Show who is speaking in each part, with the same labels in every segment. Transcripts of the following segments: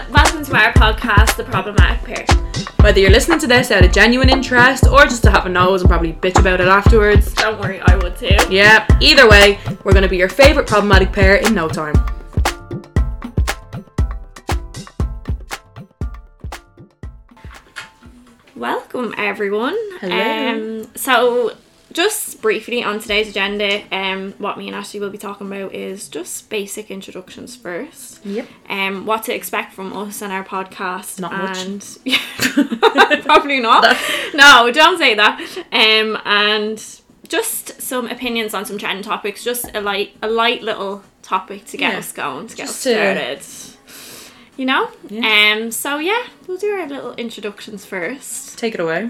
Speaker 1: our podcast, The Problematic Pair. Whether you're listening to this out of genuine interest or just to have a nose and probably bitch about it afterwards,
Speaker 2: Don't worry, I would too.
Speaker 1: yeah, either way, we're going to be your favourite problematic pair in no time.
Speaker 2: Welcome everyone.
Speaker 1: Hello.
Speaker 2: Um, so just briefly on today's agenda, um, what me and Ashley will be talking about is just basic introductions first.
Speaker 1: Yep.
Speaker 2: Um, what to expect from us and our podcast.
Speaker 1: Not much.
Speaker 2: and probably not. no, don't say that. Um, and just some opinions on some trending topics. Just a light, a light little topic to get
Speaker 1: Yeah.
Speaker 2: us going, to get
Speaker 1: Just
Speaker 2: us
Speaker 1: to-
Speaker 2: started. You know.
Speaker 1: Yeah.
Speaker 2: Um. So yeah, we'll do our little introductions first.
Speaker 1: Take it away.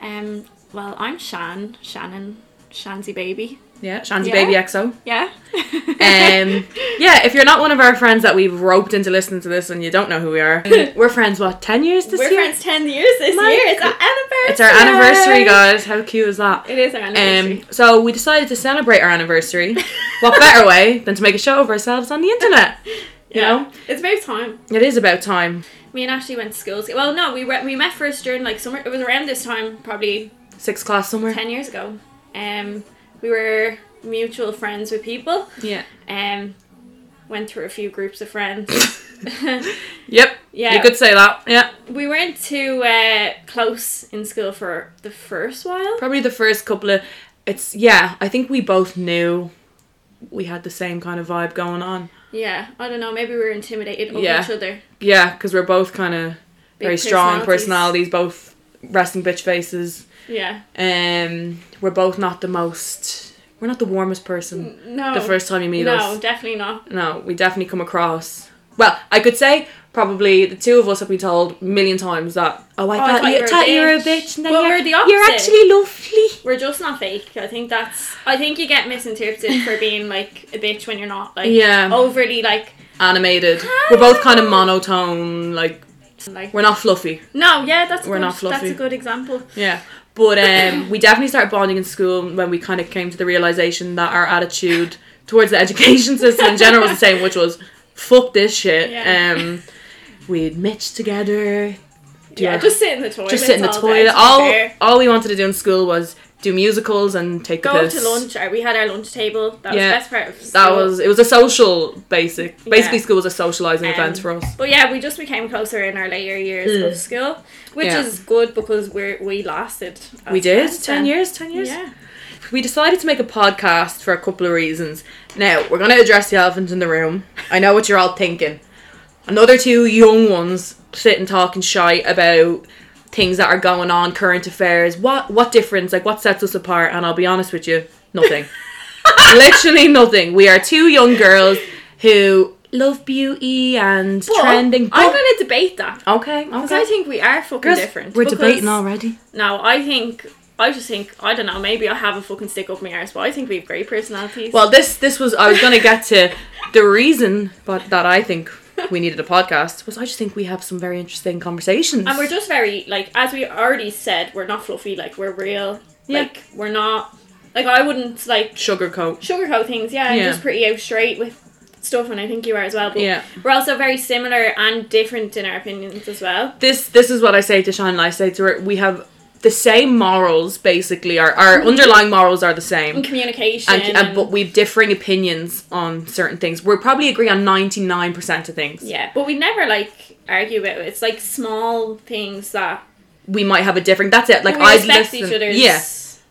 Speaker 2: Um. Well, I'm Shan, Shannon, Shanzy baby.
Speaker 1: Yeah, Shan's
Speaker 2: Yeah.
Speaker 1: Baby XO.
Speaker 2: Yeah.
Speaker 1: Um, yeah, if you're not one of our friends that we've roped into listening to this and you don't know who we are, we're friends, what, 10 years this
Speaker 2: We're
Speaker 1: year?
Speaker 2: friends ten years this
Speaker 1: My
Speaker 2: year. It's
Speaker 1: go-
Speaker 2: our anniversary.
Speaker 1: It's our anniversary, guys. How cute is that?
Speaker 2: It is our anniversary.
Speaker 1: Um, so we decided to celebrate our anniversary. what better way than to make a show of ourselves on the internet? You
Speaker 2: Yeah.
Speaker 1: know,
Speaker 2: It's about time.
Speaker 1: it is about time.
Speaker 2: Me and Ashley went to school. toge- Well, no, we re- we met first during like summer. It was around this time, probably
Speaker 1: Sixth class somewhere.
Speaker 2: ten years ago. Um, we were mutual friends with people.
Speaker 1: Yeah.
Speaker 2: Um, went through a few groups of friends.
Speaker 1: Yep.
Speaker 2: Yeah.
Speaker 1: You could say that. Yeah.
Speaker 2: we weren't too uh, close in school for the first while.
Speaker 1: Probably the first couple of. It's yeah. I think we both knew we had the same kind of vibe going on.
Speaker 2: Yeah, I don't know. Maybe we were intimidated of
Speaker 1: Yeah.
Speaker 2: each other.
Speaker 1: Yeah, because we're both kind of
Speaker 2: Big
Speaker 1: very strong
Speaker 2: personalities.
Speaker 1: personalities. Both resting bitch faces.
Speaker 2: Yeah.
Speaker 1: Um, we're both not the most. We're not the warmest person.
Speaker 2: No.
Speaker 1: The first time you meet
Speaker 2: No,
Speaker 1: us.
Speaker 2: definitely not.
Speaker 1: No, we definitely come across. Well, I could say probably the two of us have been told a million times that oh, I,
Speaker 2: I
Speaker 1: thought,
Speaker 2: thought
Speaker 1: you,
Speaker 2: you were a
Speaker 1: thought you were a
Speaker 2: bitch."
Speaker 1: bitch, and then
Speaker 2: But
Speaker 1: you're,
Speaker 2: we're the
Speaker 1: you're
Speaker 2: opposite.
Speaker 1: actually lovely.
Speaker 2: We're just not fake. I think that's. I think you get misinterpreted for being like a bitch when you're not. Like
Speaker 1: Yeah.
Speaker 2: overly like
Speaker 1: Animated.
Speaker 2: Hi.
Speaker 1: We're both kind of monotone. Like
Speaker 2: like.
Speaker 1: we're not fluffy.
Speaker 2: no, yeah, that's
Speaker 1: We're
Speaker 2: good.
Speaker 1: not fluffy.
Speaker 2: That's a good example.
Speaker 1: Yeah. But um, we definitely started bonding in school when we kind of came to the realization that our attitude towards the education system in general was the same, which was fuck this shit.
Speaker 2: Yeah.
Speaker 1: Um, we'd mitch together. do
Speaker 2: yeah,
Speaker 1: our
Speaker 2: just sit in the toilet.
Speaker 1: just sit in the
Speaker 2: all day,
Speaker 1: toilet.
Speaker 2: to be
Speaker 1: All
Speaker 2: fair.
Speaker 1: all we wanted to do in school was do musicals and take the
Speaker 2: go
Speaker 1: piss.
Speaker 2: to lunch. Or we had our lunch table. That was
Speaker 1: Yeah,
Speaker 2: the best part of school.
Speaker 1: That was it was a social basic. Basically,
Speaker 2: Yeah.
Speaker 1: school was a socializing
Speaker 2: Um,
Speaker 1: event for us.
Speaker 2: But yeah, we just became closer in our later years
Speaker 1: Mm.
Speaker 2: of school, which
Speaker 1: Yeah.
Speaker 2: is good because we we lasted. as
Speaker 1: We did
Speaker 2: friends
Speaker 1: ten
Speaker 2: then.
Speaker 1: years. Ten years.
Speaker 2: Yeah.
Speaker 1: We decided to make a podcast for a couple of reasons. Now we're gonna address the elephant in the room. I know what you're all thinking. Another two young ones sit and talk and shite about things that are going on, current affairs. What what difference? Like what sets us apart? And I'll be honest with you, nothing. literally nothing. We are two young girls who love beauty and
Speaker 2: But
Speaker 1: trending.
Speaker 2: I'm
Speaker 1: But-
Speaker 2: gonna debate that
Speaker 1: okay,
Speaker 2: because
Speaker 1: okay.
Speaker 2: I think we are fucking
Speaker 1: Girls,
Speaker 2: different.
Speaker 1: we're
Speaker 2: because-
Speaker 1: debating already.
Speaker 2: No, I think I just think I don't know. Maybe I have a fucking stick up my arse, but I think we have great personalities.
Speaker 1: Well, this this was I was gonna get to the reason, but that I think we needed a podcast was I just think we have some very interesting conversations.
Speaker 2: and we're just very like as we already said, we're not fluffy. Like we're real.
Speaker 1: Yeah.
Speaker 2: Like we're not. Like I wouldn't like
Speaker 1: sugarcoat.
Speaker 2: sugarcoat things. Yeah, I'm
Speaker 1: Yeah.
Speaker 2: just pretty out straight with stuff, and I think you are as well. But
Speaker 1: Yeah.
Speaker 2: we're also very similar and different in our opinions as well.
Speaker 1: This this is what I say to Sean and I say to her. We have the same morals basically. Our our underlying morals are the same.
Speaker 2: And communication.
Speaker 1: And, and, but we've differing opinions on certain things. We're probably agree on ninety nine percent of things.
Speaker 2: yeah, but we never like argue about it. It's like small things that
Speaker 1: We might have a different. That's it. Like
Speaker 2: we
Speaker 1: I'd
Speaker 2: respect
Speaker 1: listen.
Speaker 2: each other's.
Speaker 1: Yeah,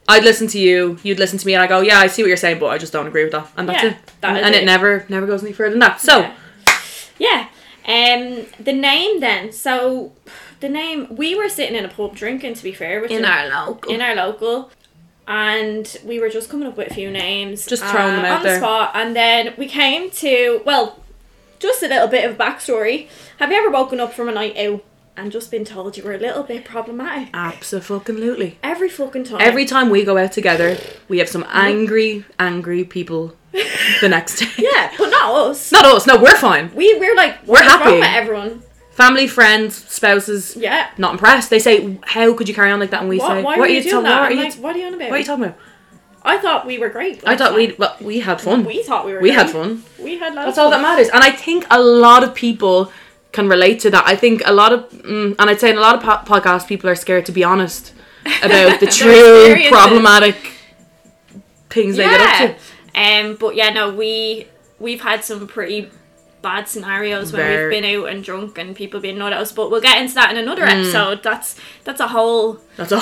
Speaker 1: I'd listen to you. You'd listen to me, and I go, yeah, I see what you're saying, but I just don't agree with that. And that's
Speaker 2: Yeah,
Speaker 1: it.
Speaker 2: that is
Speaker 1: and it.
Speaker 2: it.
Speaker 1: never never goes any further than that. So.
Speaker 2: Yeah. Um, the name then. So, the name. We were sitting in a pub drinking. To be fair, which is-
Speaker 1: our local.
Speaker 2: in our local. And we were just coming up with a few names, uh,
Speaker 1: Just throwing them out
Speaker 2: on
Speaker 1: there.
Speaker 2: the spot. And then we came to well, just a little bit of backstory. Have you ever woken up from a night out and just been told you were a little bit problematic
Speaker 1: Absolutely.
Speaker 2: every fucking time?
Speaker 1: Every time we go out together, we have some angry, angry people the next day.
Speaker 2: yeah, but not us.
Speaker 1: Not us. No, we're fine.
Speaker 2: We we're like
Speaker 1: We're
Speaker 2: what's
Speaker 1: happy.
Speaker 2: Wrong with everyone.
Speaker 1: Family, friends, spouses,
Speaker 2: Yeah.
Speaker 1: not impressed. They say, "How could you carry on like that?" And we
Speaker 2: What,
Speaker 1: say,
Speaker 2: why
Speaker 1: "What
Speaker 2: are you doing
Speaker 1: talking?
Speaker 2: that?
Speaker 1: What are
Speaker 2: I'm
Speaker 1: you?
Speaker 2: like, what are you on about?
Speaker 1: what are you talking about?"
Speaker 2: I thought we were great.
Speaker 1: I
Speaker 2: last
Speaker 1: thought we
Speaker 2: time.
Speaker 1: well, we had fun.
Speaker 2: we thought we were.
Speaker 1: We
Speaker 2: great.
Speaker 1: had fun.
Speaker 2: We had. Lots
Speaker 1: That's all
Speaker 2: of
Speaker 1: that
Speaker 2: fun.
Speaker 1: matters. And I think a lot of people can relate to that. I think a lot of, mm, and I'd say in a lot of po- podcasts, people are scared to be honest about the
Speaker 2: Their
Speaker 1: true
Speaker 2: experiences.
Speaker 1: problematic things they get up to.
Speaker 2: Um, but yeah, no, we we've had some pretty bad scenarios when
Speaker 1: Very.
Speaker 2: we've been out and drunk and people being not at us. But we'll get into that in another episode. That's that's a whole
Speaker 1: That's a
Speaker 2: the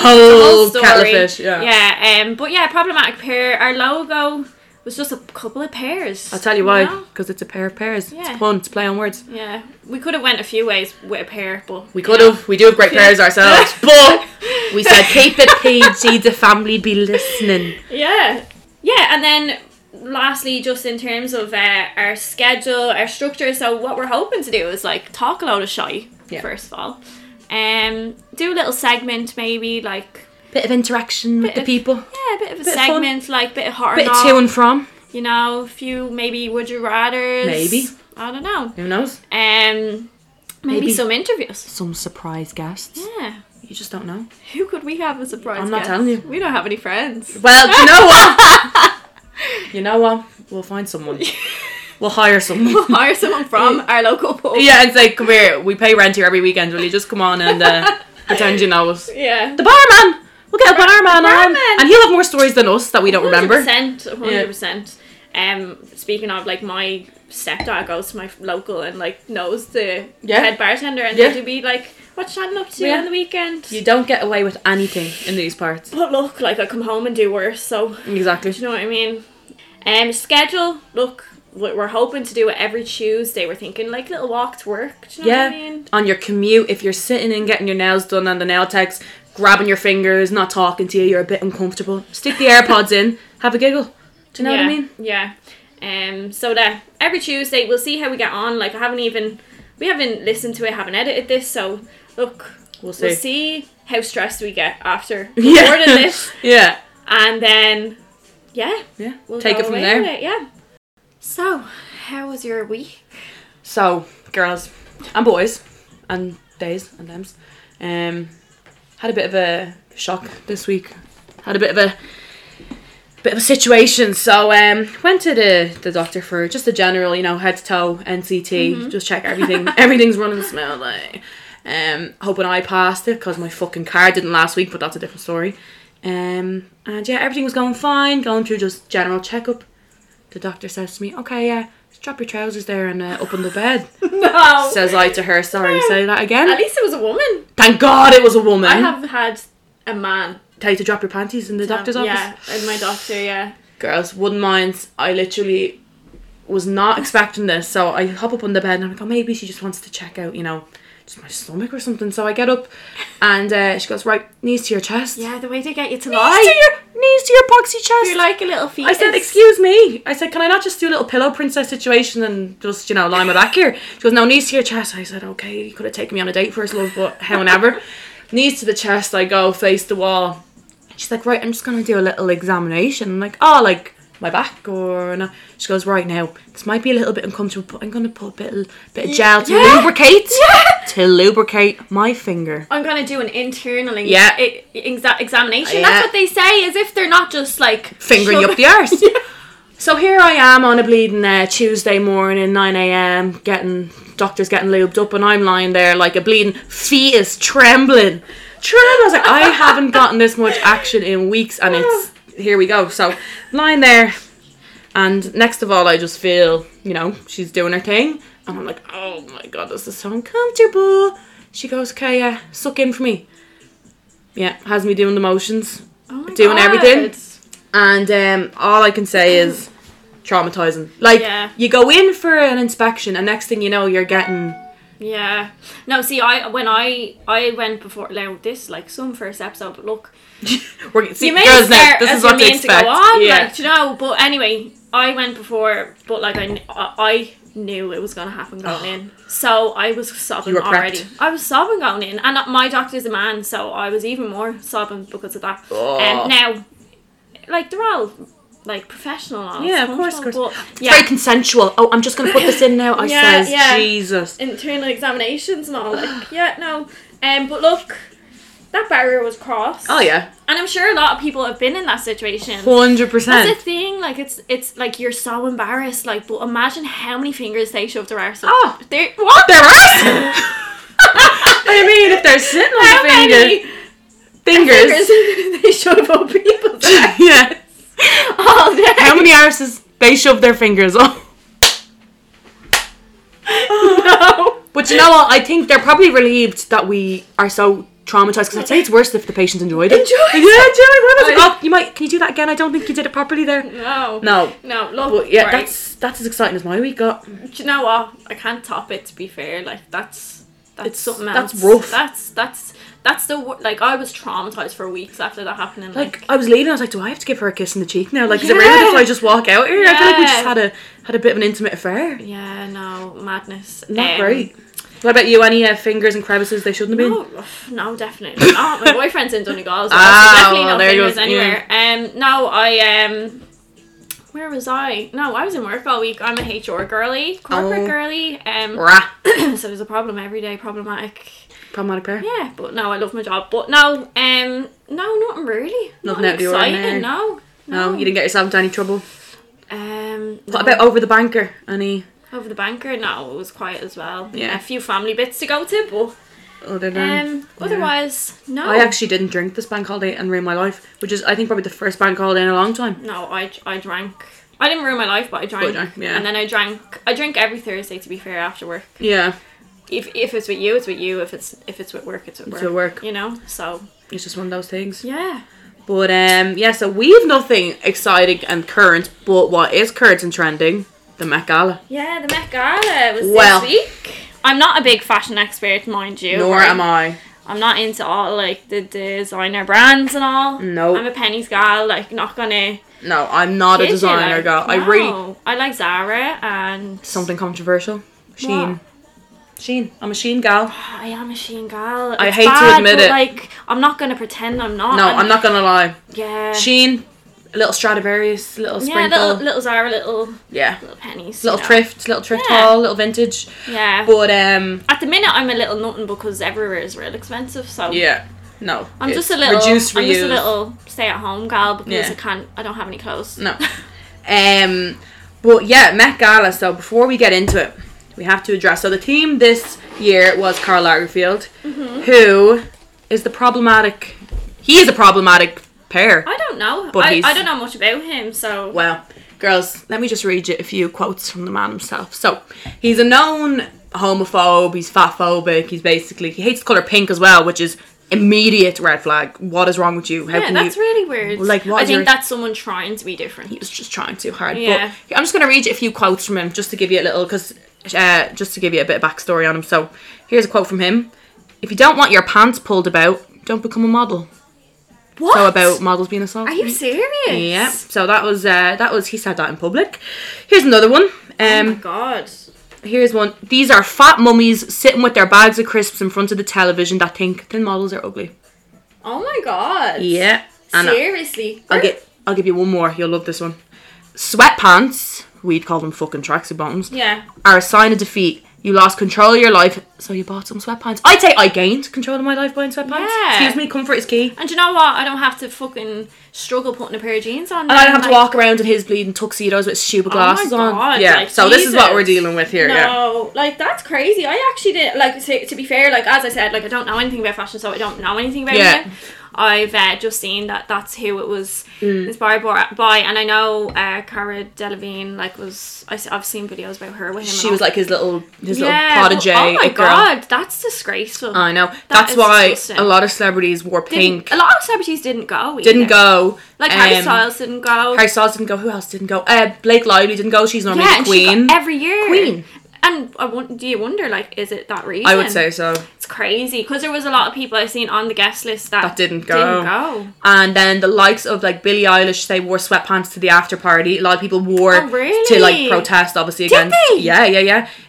Speaker 2: whole
Speaker 1: whole, catfish.
Speaker 2: story.
Speaker 1: kettle of fish. Yeah.
Speaker 2: Yeah. Um. But yeah, problematic pair. Our logo was just a couple of pairs.
Speaker 1: I'll tell you why,
Speaker 2: know?
Speaker 1: because it's a pair of pairs. It's
Speaker 2: Yeah.
Speaker 1: a pun. It's a play on words.
Speaker 2: Yeah, we could have went a few ways with a pair, but
Speaker 1: We could have. We do have great
Speaker 2: Yeah.
Speaker 1: pairs ourselves, but we said keep it PG. The family be listening.
Speaker 2: Yeah. Yeah, and then lastly, just in terms of uh, our schedule, our structure, so what we're hoping to do is like talk a load of shy,
Speaker 1: Yeah.
Speaker 2: first of all. Um, do a little segment maybe, like
Speaker 1: Bit of interaction with the
Speaker 2: of-
Speaker 1: people.
Speaker 2: yeah, a bit of a
Speaker 1: Bit of fun.
Speaker 2: segment, like bit of horror,
Speaker 1: Bit
Speaker 2: knock,
Speaker 1: to and from.
Speaker 2: you know, a few maybe would you rather,
Speaker 1: Maybe.
Speaker 2: I don't know,
Speaker 1: Who knows?
Speaker 2: um, maybe,
Speaker 1: Maybe.
Speaker 2: some interviews.
Speaker 1: Some surprise guests.
Speaker 2: Yeah,
Speaker 1: You just don't know.
Speaker 2: who could we have as a surprise?
Speaker 1: I'm not
Speaker 2: guest?
Speaker 1: telling you.
Speaker 2: We don't have any friends.
Speaker 1: Well, you know what? you know what? We'll find someone. We'll hire someone.
Speaker 2: We'll hire someone from our local pub.
Speaker 1: yeah, and say, come here. We pay rent here every weekend. Will you just come on and uh, pretend you know us?
Speaker 2: yeah.
Speaker 1: The barman. We'll get a barman,
Speaker 2: barman.
Speaker 1: on, and he'll have more stories than us that we don't remember.
Speaker 2: 100%, 100%. Um, speaking of, like, my stepdad goes to my local and, like, knows the
Speaker 1: Yeah.
Speaker 2: head bartender and
Speaker 1: Yeah.
Speaker 2: they'd be like, what's Shannon up to
Speaker 1: Yeah.
Speaker 2: on the weekend?
Speaker 1: You don't get away with anything in these parts.
Speaker 2: But look, like, I come home and do worse, so, do
Speaker 1: Exactly.
Speaker 2: you know what I mean? Um, schedule, look, we- we're hoping to do it every Tuesday. We're thinking, like, little walk to work, do you know
Speaker 1: Yeah.
Speaker 2: what I mean?
Speaker 1: On your commute, if you're sitting and getting your nails done and the nail tech's grabbing your fingers, not talking to you, you're a bit uncomfortable. Stick the AirPods in, have a giggle. Do you know
Speaker 2: yeah.
Speaker 1: what I mean?
Speaker 2: Yeah. Um, so there, every Tuesday, we'll see how we get on. Like, I haven't even, we haven't listened to it, haven't edited this, so, look...
Speaker 1: We'll see.
Speaker 2: We'll see how stressed we get after recording
Speaker 1: Yeah.
Speaker 2: this,
Speaker 1: yeah.
Speaker 2: and then yeah,
Speaker 1: Yeah.
Speaker 2: we'll
Speaker 1: Take
Speaker 2: go
Speaker 1: it from
Speaker 2: away
Speaker 1: there.
Speaker 2: with it, yeah. So, how was your week?
Speaker 1: So, girls and boys and days and thems, um, had a bit of a shock this week. Had a bit of a bit of a situation. So, um, went to the, the doctor for just a general, you know, head to toe NCT,
Speaker 2: Mm-hmm.
Speaker 1: just check everything. everything's running smoothly. Um, hoping I passed it because my fucking car didn't last week, but that's a different story. Um, and yeah, everything was going fine. Going through just general checkup. The doctor says to me, "Okay, yeah, just drop your trousers there and uh, up on the bed."
Speaker 2: No.
Speaker 1: Says I to her, sorry, say that
Speaker 2: At
Speaker 1: again.
Speaker 2: least it was a woman.
Speaker 1: Thank God it was a woman.
Speaker 2: I have had a man. Um,
Speaker 1: Tell you to drop your panties in the doctor's office.
Speaker 2: Yeah, and my doctor. Yeah.
Speaker 1: Girls, wouldn't mind. I literally was not expecting this. So I hop up on the bed and I'm like, oh, maybe she just wants to check out, you know, just my stomach or something. So I get up and uh, she goes, right, knees to your chest.
Speaker 2: Yeah, the way they get you to
Speaker 1: Knees to
Speaker 2: lie.
Speaker 1: your, knees to your boxy chest.
Speaker 2: You're like a little fetus.
Speaker 1: I said, excuse me. I said, can I not just do a little pillow princess situation and just, you know, lie on my back here? She goes, no, knees to your chest. I said, okay, you could have taken me on a date first, love, but however. knees to the chest, I go, face the wall. She's like, right, I'm just going to do a little examination. I'm like, oh, like my back or no. She goes, right now, this might be a little bit uncomfortable, but I'm going to put a bit of, bit of gel to
Speaker 2: yeah.
Speaker 1: lubricate.
Speaker 2: Yeah.
Speaker 1: To lubricate my finger.
Speaker 2: I'm gonna do an internal ex-
Speaker 1: Yeah.
Speaker 2: e- exa- examination.
Speaker 1: Yeah.
Speaker 2: That's what they say, as if they're not just like
Speaker 1: Fingering you up the arse. So here I am on a bleeding uh, Tuesday morning, 9 a.m., getting doctors getting lubed up, and I'm lying there like a bleeding fetus, trembling. Trembling. I was like, I haven't gotten this much action in weeks, and it's here we go. So lying there, and next of all, I just feel, you know, she's doing her thing, and I'm like, oh my god, this is so uncomfortable. She goes, okay, yeah, suck in for me. Yeah, has me doing the motions
Speaker 2: Oh my
Speaker 1: Doing
Speaker 2: God.
Speaker 1: everything. and um, all I can say is traumatizing. Like
Speaker 2: Yeah.
Speaker 1: you go in for an inspection, and next thing you know, you're getting
Speaker 2: Yeah. No, see, I when I I went before now this like some first episode, but look,
Speaker 1: we're see,
Speaker 2: you may
Speaker 1: girls now,
Speaker 2: start
Speaker 1: This
Speaker 2: as
Speaker 1: is
Speaker 2: you
Speaker 1: what to
Speaker 2: mean to
Speaker 1: expect.
Speaker 2: go on,
Speaker 1: yeah.
Speaker 2: like do you know. But anyway, I went before, but like I kn- I I knew it was gonna happen going in, so I was sobbing
Speaker 1: Oh. You were prepped.
Speaker 2: already. I was sobbing going in, and uh, my doctor's a man, so I was even more sobbing because of that. And
Speaker 1: Oh.
Speaker 2: now, like they're all like professional, and all,
Speaker 1: Yeah,
Speaker 2: it's
Speaker 1: of course,
Speaker 2: comfortable, But,
Speaker 1: It's very consensual. Oh, I'm just gonna put this in now. I
Speaker 2: Yeah,
Speaker 1: says,
Speaker 2: yeah.
Speaker 1: Jesus.
Speaker 2: internal examinations and all. Like, yeah, no. Um, but look, that barrier was crossed.
Speaker 1: Oh yeah,
Speaker 2: And I'm sure a lot of people have been in that situation.
Speaker 1: Hundred
Speaker 2: That's
Speaker 1: percent.
Speaker 2: the thing. Like it's it's like you're so embarrassed. Like, but imagine how many fingers they shoved their arse. up.
Speaker 1: Oh.
Speaker 2: they what?
Speaker 1: They're right. I mean, if they're sitting
Speaker 2: How
Speaker 1: on the
Speaker 2: many
Speaker 1: fingers, fingers.
Speaker 2: fingers they shove up people's arse
Speaker 1: yeah.
Speaker 2: all day?
Speaker 1: How many arses they shove their fingers on?
Speaker 2: No.
Speaker 1: But you know what? I think they're probably relieved that we are so traumatized because I'd say it's worse if the patient enjoyed it.
Speaker 2: Enjoyed
Speaker 1: Yeah,
Speaker 2: it.
Speaker 1: enjoyed
Speaker 2: I-
Speaker 1: it. oh, you might. Can you do that again? I don't think you did it properly there.
Speaker 2: No.
Speaker 1: No.
Speaker 2: No. Look.
Speaker 1: But yeah,
Speaker 2: right.
Speaker 1: that's that's as exciting as my week got.
Speaker 2: Do you know what? I can't top it. To be fair, like that's that's
Speaker 1: It's-
Speaker 2: something else.
Speaker 1: that's rough.
Speaker 2: That's that's that's the wor- like I was traumatized for weeks after that happening. Like,
Speaker 1: Like I was leaving, I was like, "Do I have to give her a kiss in the cheek now? Like, is it really if
Speaker 2: Yeah.
Speaker 1: I just walk out here? I feel like we just
Speaker 2: Yeah.
Speaker 1: had a had a bit of an intimate affair.
Speaker 2: yeah, no madness.
Speaker 1: Not
Speaker 2: Um,
Speaker 1: great. What about you? Any uh, fingers and crevices they shouldn't have been?
Speaker 2: No, no, definitely. not. Ah, my boyfriend's in Donegal, so
Speaker 1: Ah,
Speaker 2: definitely no
Speaker 1: well, there you
Speaker 2: fingers
Speaker 1: go. Mm.
Speaker 2: anywhere. Um, no, I um, where was I? No, I was in work all week. I'm a HR girly, corporate
Speaker 1: Oh.
Speaker 2: girly. Um,
Speaker 1: Rah.
Speaker 2: so there's a problem every day, problematic.
Speaker 1: Problematic pair.
Speaker 2: Yeah, but no, I love my job. But no, um, no, nothing really.
Speaker 1: Nothing
Speaker 2: Not
Speaker 1: out of the
Speaker 2: exciting,
Speaker 1: ordinary.
Speaker 2: No,
Speaker 1: No, you didn't get yourself into any trouble.
Speaker 2: Um,
Speaker 1: What about over the banker? Any
Speaker 2: over the banker? No, it was quiet as well.
Speaker 1: Yeah.
Speaker 2: a few family bits to go to,
Speaker 1: other
Speaker 2: but
Speaker 1: than?
Speaker 2: um, otherwise, no.
Speaker 1: I actually didn't drink this bank holiday and ruin my life, which is I think probably the first bank holiday in a long time.
Speaker 2: No, I, I drank. I didn't ruin my life, but I drank.
Speaker 1: drank, yeah.
Speaker 2: And then I drank. I drink every Thursday. To be fair, after work.
Speaker 1: Yeah,
Speaker 2: If, if it's with you, it's with you. If it's if it's with work, it's with work.
Speaker 1: at work.
Speaker 2: You know. So
Speaker 1: it's just one of those things.
Speaker 2: yeah.
Speaker 1: But um, yeah, so we've nothing exciting and current, but what is current and trending? The Met Gala.
Speaker 2: Yeah, the Met Gala was
Speaker 1: Well.
Speaker 2: this week. I'm not a big fashion expert, mind you.
Speaker 1: Nor
Speaker 2: right?
Speaker 1: am I.
Speaker 2: I'm not into all like the designer brands and all.
Speaker 1: No.
Speaker 2: I'm a pennies gal. Like not gonna.
Speaker 1: No, I'm not a
Speaker 2: kid you,
Speaker 1: designer
Speaker 2: like,
Speaker 1: girl. I really
Speaker 2: no. I like Zara and
Speaker 1: something controversial. Sheen.
Speaker 2: What?
Speaker 1: Sheen. I'm a Sheen gal.
Speaker 2: I am a Sheen gal.
Speaker 1: I
Speaker 2: It's
Speaker 1: hate to
Speaker 2: bad,
Speaker 1: admit
Speaker 2: but,
Speaker 1: it.
Speaker 2: Like I'm not gonna pretend Oh, I'm not.
Speaker 1: No, I'm not gonna lie.
Speaker 2: Yeah.
Speaker 1: Sheen, a little Stradivarius, a little
Speaker 2: Yeah,
Speaker 1: sprinkle.
Speaker 2: little little Zara, little
Speaker 1: yeah.
Speaker 2: little pennies.
Speaker 1: Little
Speaker 2: you know.
Speaker 1: thrift, little thrift
Speaker 2: Yeah.
Speaker 1: haul, little vintage.
Speaker 2: Yeah.
Speaker 1: But um
Speaker 2: At the minute, I'm a little nothing because everywhere is real expensive. So
Speaker 1: Yeah. No.
Speaker 2: I'm
Speaker 1: it's
Speaker 2: just a little.
Speaker 1: reduce,
Speaker 2: I'm just a
Speaker 1: reuse.
Speaker 2: little stay-at-home gal because
Speaker 1: Yeah.
Speaker 2: I can't. I don't have any clothes.
Speaker 1: No. Um but yeah, Met Gala, so before we get into it, we have to address so the theme this year was Karl Lagerfeld,
Speaker 2: Mm-hmm.
Speaker 1: who is the problematic he is a problematic pair.
Speaker 2: I don't know.
Speaker 1: But
Speaker 2: I,
Speaker 1: he's-
Speaker 2: I don't know much about him. So
Speaker 1: Well, girls, let me just read you a few quotes from the man himself. So, he's a known homophobe, he's fatphobic, he's basically, he hates the colour pink as well, which is immediate red flag. What is wrong with you? How
Speaker 2: yeah,
Speaker 1: can
Speaker 2: that's
Speaker 1: you?
Speaker 2: really weird.
Speaker 1: Like, what
Speaker 2: I
Speaker 1: is
Speaker 2: think
Speaker 1: your-
Speaker 2: that's someone trying to be different.
Speaker 1: He was just trying too hard.
Speaker 2: Yeah.
Speaker 1: But I'm just going to read you a few quotes from him just to give you a little, because uh, just to give you a bit of backstory on him. So, here's a quote from him If you don't want your pants pulled about, don't become a model.
Speaker 2: What?
Speaker 1: So, about models being assaulted.
Speaker 2: Are you serious?
Speaker 1: Yeah, so that was uh, that was he said that in public. Here's another one.
Speaker 2: Oh
Speaker 1: Um,
Speaker 2: my god.
Speaker 1: Here's one. These are fat mummies sitting with their bags of crisps in front of the television that think thin models are ugly.
Speaker 2: Oh my god.
Speaker 1: Yeah. And I-
Speaker 2: Seriously.
Speaker 1: I'll get I'll give you one more. You'll love this one. Sweatpants, we'd call them fucking tracksuit bottoms,
Speaker 2: Yeah.
Speaker 1: are a sign of defeat. You lost control of your life, so you bought some sweatpants. I'd say I gained control of my life buying sweatpants.
Speaker 2: Yeah.
Speaker 1: Excuse me, comfort is key.
Speaker 2: And do you know what? I don't have to fucking struggle putting a pair of jeans on.
Speaker 1: And I don't have to walk around in his bleeding tuxedos with stupid glasses on.
Speaker 2: Oh God,
Speaker 1: Yeah.
Speaker 2: like,
Speaker 1: so this is what
Speaker 2: Jesus.
Speaker 1: we're dealing with here. Yeah.
Speaker 2: No, like that's crazy. I actually did like to, to be fair, like as I said, like I don't know anything about fashion, so I don't know anything about
Speaker 1: Yeah.
Speaker 2: it. I've uh, just seen that that's who it was
Speaker 1: Mm.
Speaker 2: inspired by, by, and I know uh, Cara Delevingne like was I, have seen videos about her with him.
Speaker 1: She was like his little his
Speaker 2: yeah,
Speaker 1: little protege.
Speaker 2: well, oh my
Speaker 1: it girl.
Speaker 2: god, that's disgraceful.
Speaker 1: I know. That's
Speaker 2: is
Speaker 1: why
Speaker 2: disgusting.
Speaker 1: a lot of celebrities wore
Speaker 2: Didn't-
Speaker 1: pink.
Speaker 2: A lot of celebrities didn't go. Either.
Speaker 1: Didn't go.
Speaker 2: Like Harry
Speaker 1: Um,
Speaker 2: Styles didn't go.
Speaker 1: Harry Styles didn't go. Who else didn't go? Uh, Blake Lively didn't go. She's normally
Speaker 2: yeah,
Speaker 1: the
Speaker 2: and she
Speaker 1: queen.
Speaker 2: got every year.
Speaker 1: Queen.
Speaker 2: And I won- do you wonder like is it that reason?
Speaker 1: I would say so.
Speaker 2: It's crazy because there was a lot of people I've seen on the guest list that,
Speaker 1: That didn't go.
Speaker 2: Didn't go.
Speaker 1: And then the likes of like Billie Eilish, they wore sweatpants to the after party. A lot of people wore
Speaker 2: Oh, really?
Speaker 1: to like protest, obviously against.
Speaker 2: they?
Speaker 1: Yeah, yeah,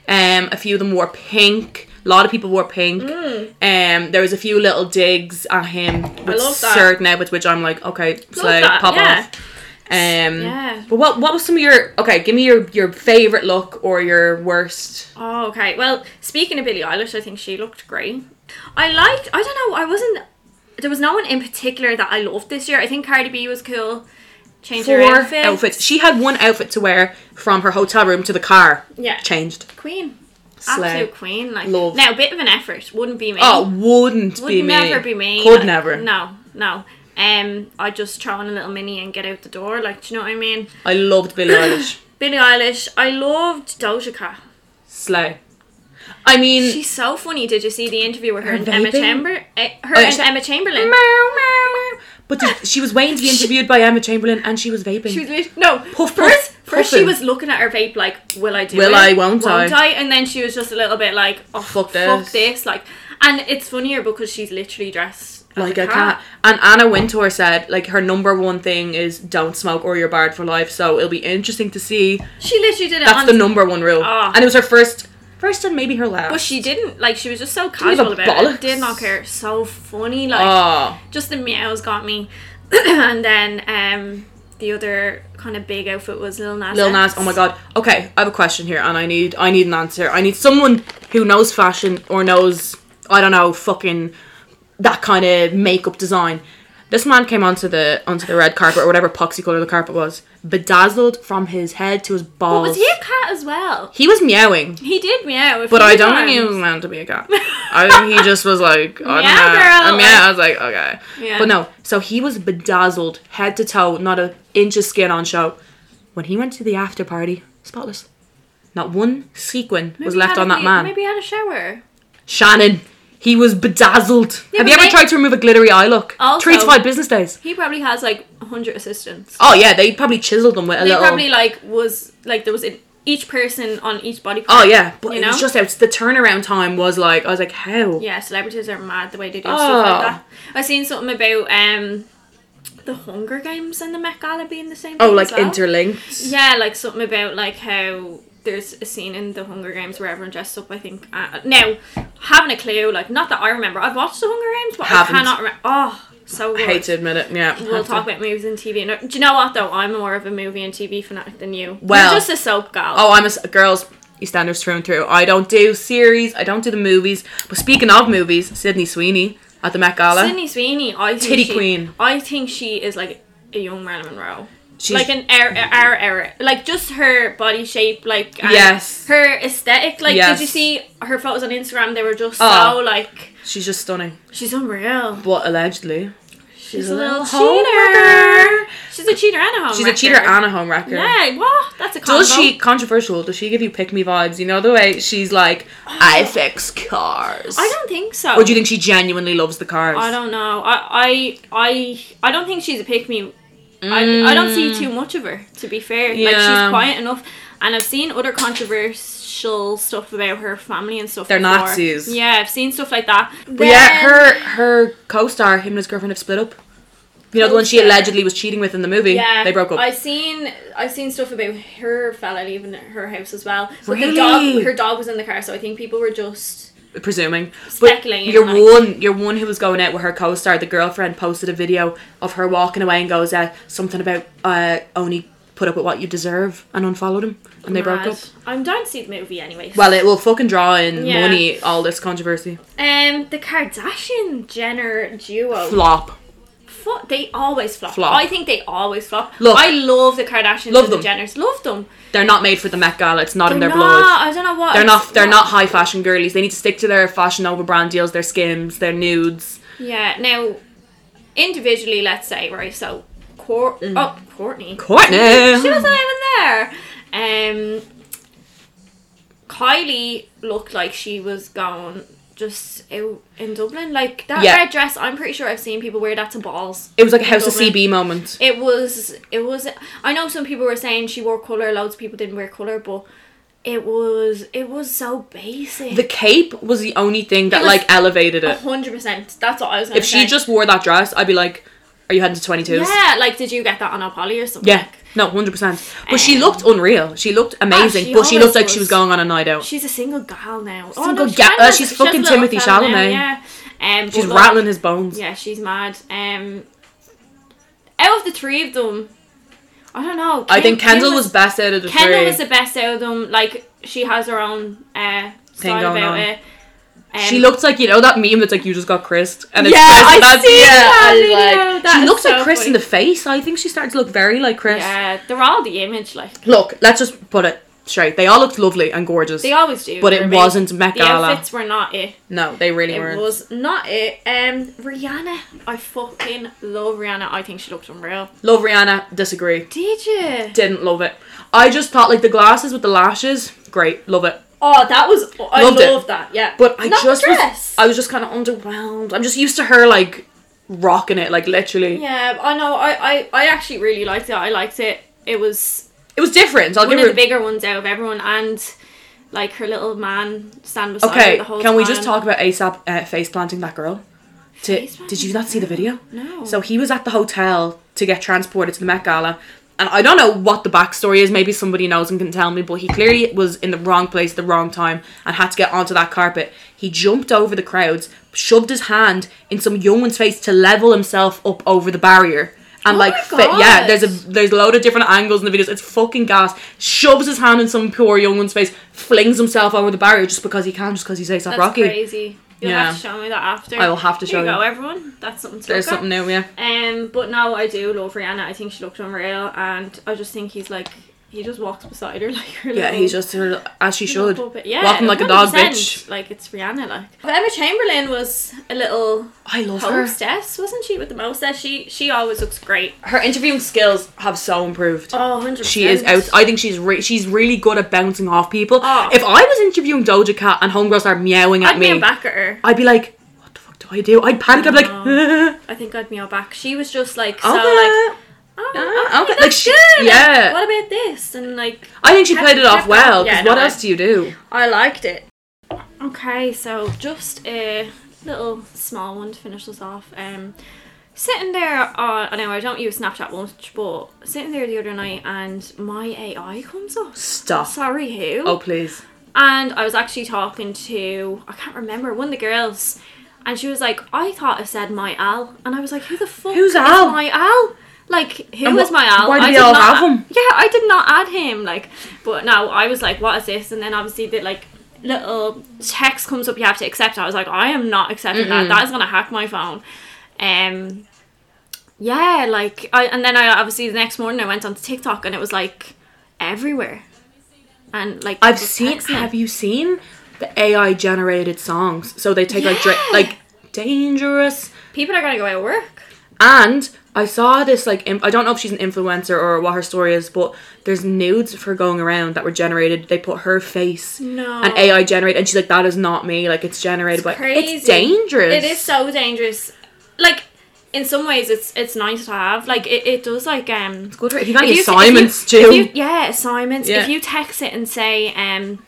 Speaker 1: yeah. Um, a few of them wore pink. A lot of people wore pink.
Speaker 2: Mm.
Speaker 1: Um, there was a few little digs at him with
Speaker 2: love that.
Speaker 1: certain outfits, which I'm like, okay, slay,
Speaker 2: that,
Speaker 1: pop
Speaker 2: yeah.
Speaker 1: off. Um,
Speaker 2: Yeah.
Speaker 1: But what what was some of your okay? Give me your your favorite look or your worst.
Speaker 2: Oh, okay. Well, speaking of Billie Eilish, I think she looked great. I liked. I don't know. I wasn't. there was no one in particular that I loved this year. I think Cardi B was cool. Changed
Speaker 1: Four
Speaker 2: her outfit.
Speaker 1: outfits. She had one outfit to wear from her hotel room to the car.
Speaker 2: Yeah.
Speaker 1: Changed.
Speaker 2: Queen.
Speaker 1: Slay.
Speaker 2: Absolute queen. Like
Speaker 1: Love.
Speaker 2: now, a bit of an effort. Wouldn't be me.
Speaker 1: Oh, wouldn't
Speaker 2: would
Speaker 1: be me.
Speaker 2: never be me.
Speaker 1: Could
Speaker 2: Like,
Speaker 1: never.
Speaker 2: No, no. Um, I just throw on a little mini and get out the door. Like, do you know what I mean?
Speaker 1: I loved Billie Eilish.
Speaker 2: Billie Eilish. I loved Doja Cat.
Speaker 1: Slay. I mean,
Speaker 2: She's so funny. Did you see the interview with Mm. her,
Speaker 1: Her
Speaker 2: and Emma
Speaker 1: vaping?
Speaker 2: Chamber? eh, her
Speaker 1: Oh,
Speaker 2: and
Speaker 1: she-
Speaker 2: Emma Chamberlain.
Speaker 1: but the- she was waiting to be interviewed by Emma Chamberlain, and she was vaping.
Speaker 2: She was lit- no
Speaker 1: Puff, puff,
Speaker 2: first. first she
Speaker 1: puffing.
Speaker 2: was looking at her vape like, "Will I do
Speaker 1: Will
Speaker 2: it?
Speaker 1: I, won't I?
Speaker 2: And then she was just a little bit like, "Oh fuck
Speaker 1: Fuck
Speaker 2: this,
Speaker 1: this.
Speaker 2: like." And it's funnier because she's literally dressed as
Speaker 1: like a cat. And Anna Wintour said, like her number one thing is don't smoke or you're barred for life. So it'll be interesting to see.
Speaker 2: She literally did it.
Speaker 1: That's
Speaker 2: on
Speaker 1: the number one rule.
Speaker 2: Ah.
Speaker 1: And it was her first, first and maybe her last.
Speaker 2: But she didn't like. She was just so
Speaker 1: give a
Speaker 2: casual about
Speaker 1: bollocks.
Speaker 2: it. Did not care. So funny. Like
Speaker 1: Oh,
Speaker 2: just the meows got me. and then um the other kind of big outfit was Lil Nas.
Speaker 1: Lil
Speaker 2: X.
Speaker 1: Nas. Oh my god. Okay, I have a question here, and I need, I need an answer. I need someone who knows fashion or knows, I don't know, fucking that kind of makeup design. This man came onto the onto the red carpet or whatever poxy color the carpet was, bedazzled from his head to his
Speaker 2: But
Speaker 1: balls.
Speaker 2: was he a cat as well?
Speaker 1: he was meowing.
Speaker 2: He did meow. a few
Speaker 1: But I don't
Speaker 2: times.
Speaker 1: think he was meant to be a cat. I think he just was like, I
Speaker 2: Meow
Speaker 1: don't know.
Speaker 2: girl,
Speaker 1: And yeah, I was like, okay.
Speaker 2: Yeah.
Speaker 1: But no, so he was bedazzled head to toe, not an inch of skin on show. When he went to the after party, spotless. Not one sequin was
Speaker 2: Maybe
Speaker 1: left
Speaker 2: had
Speaker 1: on
Speaker 2: a
Speaker 1: that
Speaker 2: wee-
Speaker 1: man.
Speaker 2: Maybe he had a shower.
Speaker 1: Shannon, he was bedazzled.
Speaker 2: Yeah, but
Speaker 1: Have you ever
Speaker 2: they-
Speaker 1: tried to remove a glittery eye look?
Speaker 2: Also-
Speaker 1: Three to five business days.
Speaker 2: He probably has like hundred assistants.
Speaker 1: Oh yeah, they probably chiseled them with a
Speaker 2: they
Speaker 1: little.
Speaker 2: probably like was like there was an, each person on each body.
Speaker 1: Oh
Speaker 2: part.
Speaker 1: yeah, but
Speaker 2: You
Speaker 1: it was
Speaker 2: know?
Speaker 1: just out. The turnaround time was like I was like, how?
Speaker 2: Yeah, celebrities are mad the way they do
Speaker 1: Oh.
Speaker 2: stuff like that. I seen something about um the Hunger Games and the Met Gala being the same.
Speaker 1: Oh,
Speaker 2: thing
Speaker 1: like
Speaker 2: as well.
Speaker 1: interlinked.
Speaker 2: Yeah, like something about like how there's a scene in the Hunger Games where everyone dressed up. I think uh, now having a clue, like not that I remember. I've watched the Hunger Games, but
Speaker 1: Haven't.
Speaker 2: I cannot. Re- oh, so
Speaker 1: I
Speaker 2: good.
Speaker 1: hate to admit it. Yeah.
Speaker 2: We'll
Speaker 1: have to.
Speaker 2: talk about movies and TV. And, do you know what though? I'm more of a movie and TV fanatic than you.
Speaker 1: Well-
Speaker 2: You're just a soap gal.
Speaker 1: Oh, I'm a s- girls. EastEnders through and through. I don't do series. I don't do the movies. But speaking of movies, Sydney Sweeney at the Met Gala.
Speaker 2: Sydney Sweeney, I think
Speaker 1: Titty
Speaker 2: she-
Speaker 1: queen.
Speaker 2: I think she is like a young Marilyn Monroe.
Speaker 1: She's- Mm-hmm.
Speaker 2: like an era, era, era, like just her body shape, like and
Speaker 1: Yes.
Speaker 2: her aesthetic. Like,
Speaker 1: Yes.
Speaker 2: did you see her photos on Instagram? They were just
Speaker 1: Oh.
Speaker 2: so like
Speaker 1: She's just stunning.
Speaker 2: she's unreal.
Speaker 1: But allegedly,
Speaker 2: She's a little
Speaker 1: homewrecker.
Speaker 2: cheater. She's a cheater and a home.
Speaker 1: She's a cheater and a homewrecker.
Speaker 2: yeah. What? That's a combo.
Speaker 1: Does she controversial? Does she give you pick me vibes? You know the way she's like, I fix cars.
Speaker 2: Oh. I don't think so.
Speaker 1: Or do you think she genuinely loves the cars?
Speaker 2: I don't know. I I I, I don't think she's a pick me. I, I don't see
Speaker 1: Mm.
Speaker 2: too much of her, to be fair. Like
Speaker 1: Yeah.
Speaker 2: she's quiet enough, and I've seen other controversial stuff about her family and stuff.
Speaker 1: They're
Speaker 2: before.
Speaker 1: Nazis.
Speaker 2: Yeah, I've seen stuff like that.
Speaker 1: But yeah, her her co-star, him and his girlfriend have split up. You know the one she
Speaker 2: Co-star.
Speaker 1: allegedly was cheating with in the movie.
Speaker 2: Oh, Yeah,
Speaker 1: they broke up.
Speaker 2: I seen I seen stuff about her fella leaving her house as well. But
Speaker 1: Really?
Speaker 2: her dog her dog was in the car, so I think people were just
Speaker 1: presuming.
Speaker 2: Speculating,
Speaker 1: Your
Speaker 2: like-
Speaker 1: one, your one who was going out with her co-star, the girlfriend, posted a video of her walking away and goes, uh, something about uh, only put up with what you deserve, and unfollowed him, and they broke up.
Speaker 2: I don't see the movie anyway.
Speaker 1: Well, it will fucking draw in
Speaker 2: Yeah.
Speaker 1: money. All this controversy
Speaker 2: um, the Kardashian Jenner duo.
Speaker 1: flop.
Speaker 2: Flop. They always flop.
Speaker 1: Flop.
Speaker 2: I think they always flop.
Speaker 1: Look.
Speaker 2: I love the Kardashians
Speaker 1: Love
Speaker 2: and the
Speaker 1: them.
Speaker 2: Jenners. Love them.
Speaker 1: They're not made for the Met Gala. It's not in their
Speaker 2: not,
Speaker 1: blood.
Speaker 2: I don't know what.
Speaker 1: They're
Speaker 2: it's-
Speaker 1: not. They're not high fashion girlies. They need to stick to their fashion over brand deals, their skims, their nudes.
Speaker 2: Yeah. Now, individually, let's say right. So, Court. Oh, Courtney.
Speaker 1: Mm. Courtney.
Speaker 2: She wasn't even there. Um, Kylie looked like she was gone just out in Dublin. Like that
Speaker 1: Yeah.
Speaker 2: red dress. I'm pretty sure I've seen people wear that to balls.
Speaker 1: It was like a House of
Speaker 2: Dublin.
Speaker 1: CB moment.
Speaker 2: It was. It was. I know some people were saying she wore color. Loads of people didn't wear color, but it was. It was so basic.
Speaker 1: The cape was the only thing that
Speaker 2: was-
Speaker 1: like elevated it.
Speaker 2: Hundred percent. That's what I was. Gonna
Speaker 1: If she
Speaker 2: say.
Speaker 1: just wore that dress, I'd be like, "Are you heading to 22s?"
Speaker 2: Yeah, like did you get that on a poly or something?
Speaker 1: Yeah. No, hundred percent. But she looked unreal. She looked amazing.
Speaker 2: she
Speaker 1: but she looked
Speaker 2: always
Speaker 1: like she was
Speaker 2: was.
Speaker 1: going on a night out.
Speaker 2: She's a single gal now. oh,
Speaker 1: Single
Speaker 2: no, she
Speaker 1: gal-
Speaker 2: has
Speaker 1: uh,
Speaker 2: a-
Speaker 1: she's
Speaker 2: she has a
Speaker 1: fucking
Speaker 2: little
Speaker 1: Timothee
Speaker 2: fella now,
Speaker 1: Chalamet.
Speaker 2: Yeah. Um,
Speaker 1: She's
Speaker 2: but like-
Speaker 1: rattling his bones.
Speaker 2: Yeah, she's mad. Um, out of the three of them, I don't know.
Speaker 1: I
Speaker 2: Kim-
Speaker 1: think
Speaker 2: Kim
Speaker 1: Kendall was, best out of the
Speaker 2: Kendall
Speaker 1: three.
Speaker 2: was the best out of them. Like she has her own uh,
Speaker 1: Thing
Speaker 2: style
Speaker 1: going
Speaker 2: about
Speaker 1: on.
Speaker 2: it. Um,
Speaker 1: she looks like you know that meme that's like you just got Chris and it's
Speaker 2: Yeah,
Speaker 1: Chris,
Speaker 2: I
Speaker 1: and that's,
Speaker 2: see
Speaker 1: yeah.
Speaker 2: that
Speaker 1: I was
Speaker 2: video.
Speaker 1: like-
Speaker 2: That
Speaker 1: she
Speaker 2: is
Speaker 1: looks like
Speaker 2: so
Speaker 1: Chris in
Speaker 2: funny.
Speaker 1: the face. I think she started to look very like Chris.
Speaker 2: Yeah, they're all the image. Like
Speaker 1: Look, let's just put it straight. They all looked lovely and gorgeous,
Speaker 2: they always do.
Speaker 1: but it
Speaker 2: They're amazing.
Speaker 1: wasn't Met
Speaker 2: The
Speaker 1: Gala.
Speaker 2: outfits were not it.
Speaker 1: No, they really
Speaker 2: It
Speaker 1: weren't.
Speaker 2: was not it. Um, Rihanna. I fucking love Rihanna. I think she looked unreal.
Speaker 1: Love Rihanna, disagree.
Speaker 2: Did you?
Speaker 1: Didn't love it. I just thought like the glasses with the lashes, great, love it.
Speaker 2: Oh, that was. I
Speaker 1: Loved it.
Speaker 2: love that. Yeah.
Speaker 1: But I
Speaker 2: Not the
Speaker 1: just
Speaker 2: dress.
Speaker 1: was I was just kind of underwhelmed. I'm just used to her like rocking it, like literally.
Speaker 2: yeah, I know. I, I I actually really liked it. I liked it. It was
Speaker 1: It was different. I'll
Speaker 2: one
Speaker 1: give
Speaker 2: of
Speaker 1: her.
Speaker 2: the bigger ones out of everyone, and like her little man stand beside her
Speaker 1: okay,
Speaker 2: the whole
Speaker 1: can we
Speaker 2: time.
Speaker 1: just talk about ASAP uh, face planting that girl? Did,
Speaker 2: Face
Speaker 1: did you not see the video?
Speaker 2: No.
Speaker 1: So he was at the hotel to get transported to the Met Gala. And I don't know what the backstory is. Maybe somebody knows and can tell me. But he clearly was in the wrong place at the wrong time and had to get onto that carpet. He jumped over the crowds, shoved his hand in some young one's face to level himself up over the barrier. And
Speaker 2: Oh
Speaker 1: like,
Speaker 2: my
Speaker 1: fa- yeah,
Speaker 2: God.
Speaker 1: there's a there's a load of different angles in the videos. It's fucking gas. Shoves his hand in some poor young one's face, flings himself over the barrier just because he can, just because he's ASAP
Speaker 2: That's
Speaker 1: Rocky.
Speaker 2: crazy. You'll
Speaker 1: Yeah.
Speaker 2: have to show me that after.
Speaker 1: I will have to
Speaker 2: There
Speaker 1: show
Speaker 2: you. Go,
Speaker 1: you.
Speaker 2: everyone. That's something. To
Speaker 1: There's
Speaker 2: look at.
Speaker 1: something new, yeah.
Speaker 2: Um, but no, I do love Rihanna. I think she looked unreal, and I just think he's like he just walks beside her like her.
Speaker 1: Yeah,
Speaker 2: little-
Speaker 1: he's just her, as she
Speaker 2: her
Speaker 1: should.
Speaker 2: little puppet. Yeah,
Speaker 1: Walking like a dog,
Speaker 2: 100%.
Speaker 1: bitch.
Speaker 2: Like it's Rihanna. Like But Emma Chamberlain was a little
Speaker 1: I love her.
Speaker 2: hostess, wasn't she? With the mostess, she she always looks great.
Speaker 1: Her interviewing skills have so improved.
Speaker 2: Oh, 100
Speaker 1: She is out. I think she's re- she's really good at bouncing off people.
Speaker 2: Oh.
Speaker 1: If I was interviewing Doja Cat and homegirls are meowing at
Speaker 2: I'd
Speaker 1: me,
Speaker 2: meow back at her.
Speaker 1: I'd be like, "What the fuck do I do?" I'd panic. I'd be like, Mm. "Uh,
Speaker 2: I think I'd meow back. She was just like so
Speaker 1: "Okay."
Speaker 2: like.
Speaker 1: Ah,
Speaker 2: Oh,
Speaker 1: okay.
Speaker 2: okay,
Speaker 1: Like,
Speaker 2: that's
Speaker 1: she-
Speaker 2: good.
Speaker 1: yeah.
Speaker 2: What about this? And like,
Speaker 1: I think she
Speaker 2: Kept-
Speaker 1: played it off
Speaker 2: kept going.
Speaker 1: well. Because
Speaker 2: Yeah, no,
Speaker 1: what
Speaker 2: I-
Speaker 1: else do you do?
Speaker 2: I liked it. Okay, so just a little small one to finish us off. Um, sitting there on, I know I don't use Snapchat much, but sitting there the other night and my AI comes up.
Speaker 1: Stop.
Speaker 2: Sorry, who?
Speaker 1: Oh please.
Speaker 2: And I was actually talking to, I can't remember, one of the girls, and she was like, I thought I said my Al. And I was like, who the fuck
Speaker 1: Who's
Speaker 2: is
Speaker 1: Al?
Speaker 2: my Al? Like, who
Speaker 1: And
Speaker 2: was
Speaker 1: wh-
Speaker 2: my Al?
Speaker 1: why do
Speaker 2: I
Speaker 1: they all
Speaker 2: not
Speaker 1: have
Speaker 2: a-
Speaker 1: him?
Speaker 2: Yeah, I did not add him. Like, but no, I was like, what is this? And then obviously the, like, little text comes up, you have to accept. I was like, I am not accepting that. That is going to hack my phone. Um, yeah, like I and then I obviously the next morning I went onto TikTok and it was like everywhere. And like
Speaker 1: I've
Speaker 2: people
Speaker 1: seen.
Speaker 2: texting it.
Speaker 1: Have you seen the AI generated songs? So they take like dra-
Speaker 2: Yeah.
Speaker 1: like dangerous.
Speaker 2: people are gonna go out of work.
Speaker 1: And I saw this like im- I don't know if she's an influencer or what her story is, but there's nudes for going around that were generated. They put her face
Speaker 2: No.
Speaker 1: and AI generated, and she's like, "That is not me. Like it's generated, but it's
Speaker 2: crazy.
Speaker 1: dangerous.
Speaker 2: It is so dangerous. Like in some ways it's it's nice to have. Like it, it does like um
Speaker 1: good for if you got
Speaker 2: if
Speaker 1: any
Speaker 2: you- if
Speaker 1: assignments
Speaker 2: you- if
Speaker 1: too.
Speaker 2: you- yeah, assignments.
Speaker 1: Yeah.
Speaker 2: If you text it and say, um,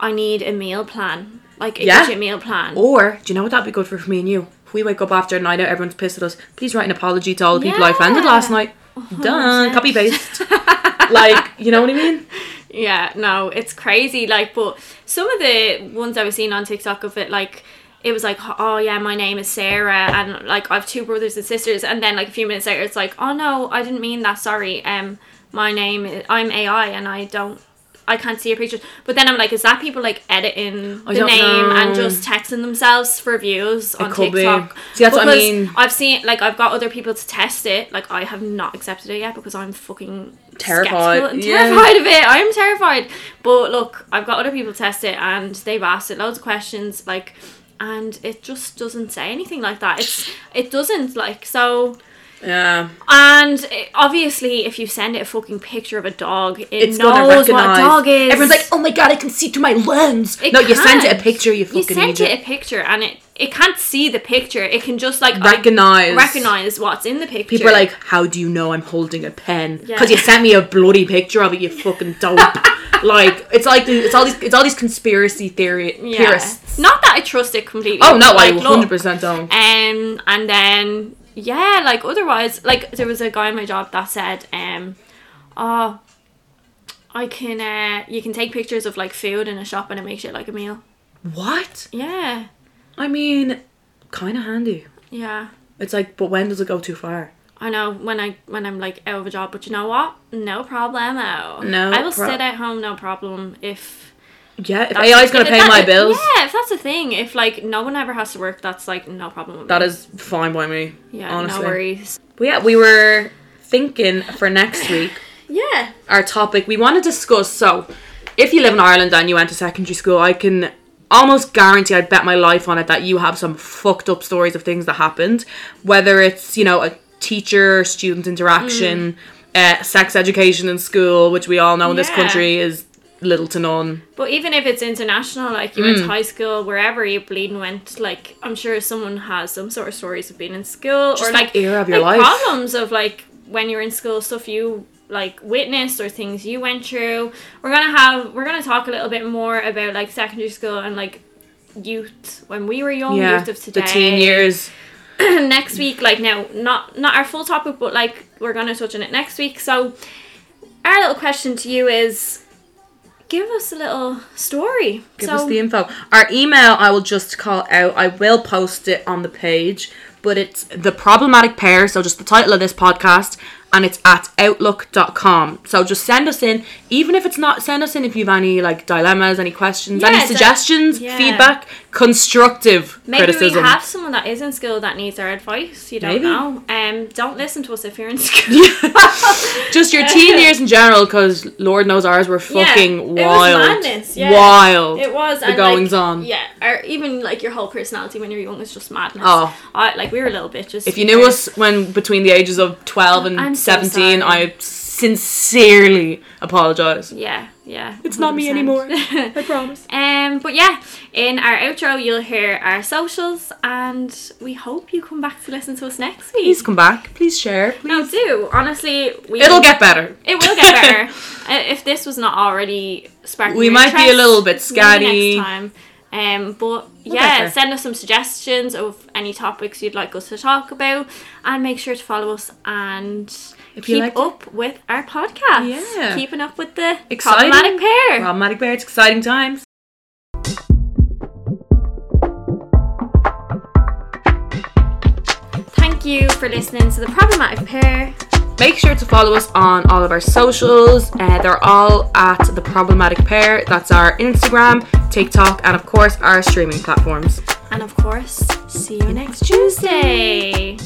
Speaker 2: I need a meal plan, like a
Speaker 1: Yeah.
Speaker 2: yeah. meal plan.
Speaker 1: or do you know what that'd be good for, for me and you? If we wake up after a night out, everyone's pissed at us. Please write an apology to all the people I offended
Speaker 2: Yeah.
Speaker 1: last night. Done.
Speaker 2: 100%.
Speaker 1: Copy paste. like you know what I mean?
Speaker 2: Yeah, no, it's crazy. Like, but some of the ones I was seeing on TikTok of it, like, it was like, oh yeah, my name is Sarah, and like I've two brothers and sisters, and then like a few minutes later, it's like, oh no, I didn't mean that. Sorry. Um, my name, is, I'm AI, and I don't. I can't see your pictures, but then I'm like, is that people like editing the
Speaker 1: don't
Speaker 2: name and
Speaker 1: know.
Speaker 2: just texting themselves for views on
Speaker 1: could be.
Speaker 2: TikTok?
Speaker 1: See, that's what I
Speaker 2: Because
Speaker 1: mean.
Speaker 2: I've seen like I've got other people to test it. Like I have not accepted it yet because I'm fucking
Speaker 1: Terrified.
Speaker 2: skeptical and
Speaker 1: Yeah.
Speaker 2: terrified terrified of it. I'm terrified. But look, I've got other people test it and they've asked it loads of questions, like, and it just doesn't say anything like that. It's it doesn't like so.
Speaker 1: Yeah.
Speaker 2: And it, obviously, if you send it a fucking picture of a dog, it
Speaker 1: It's gonna
Speaker 2: knows what
Speaker 1: recognize.
Speaker 2: a dog is.
Speaker 1: Everyone's like, "Oh my god, I can see through my lens."
Speaker 2: It
Speaker 1: no, you sent it
Speaker 2: can't.
Speaker 1: a picture. You
Speaker 2: you
Speaker 1: fucking
Speaker 2: sent
Speaker 1: idiot.
Speaker 2: it a picture, and it it can't see the picture. It can just like
Speaker 1: Recognize.
Speaker 2: recognize what's in the picture.
Speaker 1: People are like, "How do you know I'm holding a pen?" Because
Speaker 2: Yeah.
Speaker 1: you sent me a bloody picture of it. You fucking dope. like it's like the- it's all these it's all these conspiracy theory
Speaker 2: Yeah.
Speaker 1: theorists.
Speaker 2: Not that I trust it completely.
Speaker 1: Oh no,
Speaker 2: but,
Speaker 1: I
Speaker 2: look,
Speaker 1: 100 percent don't.
Speaker 2: Um, and then yeah, like otherwise, like there was a guy in my job that said, um, oh, I can, uh, you can take pictures of like food in a shop and it makes it like a meal.
Speaker 1: What?
Speaker 2: Yeah,
Speaker 1: I mean, kind of handy.
Speaker 2: yeah.
Speaker 1: It's like, but when does it go too far?
Speaker 2: I know when I when I'm like out of a job, but you know what? No problemo.
Speaker 1: No
Speaker 2: I will
Speaker 1: pro-
Speaker 2: sit at home, no problem. If
Speaker 1: Yeah, if
Speaker 2: That's-
Speaker 1: AI is going to
Speaker 2: if
Speaker 1: pay
Speaker 2: that-
Speaker 1: my
Speaker 2: if-
Speaker 1: bills,
Speaker 2: Yeah, if that's the thing, if like no one ever has to work, that's like no problem with
Speaker 1: that
Speaker 2: me.
Speaker 1: is fine by me.
Speaker 2: yeah,
Speaker 1: honestly.
Speaker 2: no worries.
Speaker 1: But yeah, we were thinking for next week
Speaker 2: Yeah,
Speaker 1: our topic we want to discuss. So, if you live in Ireland and you went to secondary school, I can almost guarantee I'd bet my life on it that you have some fucked up stories of things that happened, whether it's, you know, a teacher student interaction, uh, sex education in school, which we all know in this
Speaker 2: Mm. Yeah.
Speaker 1: country is little to none.
Speaker 2: but even if it's international, like you went
Speaker 1: Mm.
Speaker 2: to high school, wherever you bleeding went, like I'm sure someone has some sort of stories of being in school or
Speaker 1: Just
Speaker 2: like
Speaker 1: that era of your
Speaker 2: like,
Speaker 1: life.
Speaker 2: problems of like when you're in school stuff you like witnessed or things you went through. We're gonna have we're gonna talk a little bit more about like secondary school and like youth when we were young
Speaker 1: Yeah,
Speaker 2: youth of today
Speaker 1: the teen years.
Speaker 2: next week like now not not our full topic but like we're gonna touch on it next week so our little question to you is give us a little story
Speaker 1: Give
Speaker 2: so
Speaker 1: us the info. Our email, I will just call out. I will post it on the page, but it's The Problematic Pair, so just the title of this podcast, and it's at outlook.com. So just send us in, even if it's not, send us in if you have any like dilemmas, any questions,
Speaker 2: Yeah,
Speaker 1: any
Speaker 2: so-
Speaker 1: suggestions,
Speaker 2: yeah.
Speaker 1: feedback, constructive
Speaker 2: maybe
Speaker 1: criticism.
Speaker 2: we have someone that is in school that needs our advice you don't
Speaker 1: Maybe.
Speaker 2: know um don't listen to us if you're in school
Speaker 1: just your teen years in general, because Lord knows ours were
Speaker 2: Yeah,
Speaker 1: fucking
Speaker 2: it was
Speaker 1: wild.
Speaker 2: madness, yeah.
Speaker 1: Wild.
Speaker 2: it was and,
Speaker 1: goings
Speaker 2: like,
Speaker 1: on.
Speaker 2: yeah or even like your whole personality when you're young is just madness
Speaker 1: Oh.
Speaker 2: I, like we were little bitches
Speaker 1: If you knew us when between the ages of 12 and
Speaker 2: I'm so
Speaker 1: 17,
Speaker 2: sorry.
Speaker 1: I sincerely apologize.
Speaker 2: yeah yeah
Speaker 1: It's not me
Speaker 2: 100%.
Speaker 1: promise.
Speaker 2: Um, but yeah, in our outro, you'll hear our socials, and we hope you come back to listen to us next week.
Speaker 1: Please come back. Please share. Please.
Speaker 2: Now, do honestly, we
Speaker 1: It'll get better.
Speaker 2: it will get better. Uh, if this was not already sparking,
Speaker 1: We
Speaker 2: your
Speaker 1: might be a
Speaker 2: interest,
Speaker 1: little bit
Speaker 2: maybe
Speaker 1: scatty.
Speaker 2: next time. Um, but
Speaker 1: get
Speaker 2: yeah,
Speaker 1: there.
Speaker 2: send us some suggestions of any topics you'd like us to talk about, and make sure to follow us and
Speaker 1: If you
Speaker 2: keep
Speaker 1: like it.
Speaker 2: up with our podcast.
Speaker 1: Yeah.
Speaker 2: keeping up with the
Speaker 1: Exciting.
Speaker 2: problematic pair.
Speaker 1: Problematic Bear, it's exciting times.
Speaker 2: Thank you for listening to the problematic pair.
Speaker 1: Make sure to follow us on all of our socials. Uh, they're all at The Problematic Pair. That's our Instagram, TikTok, and of course our streaming platforms.
Speaker 2: And of course, see you next Tuesday.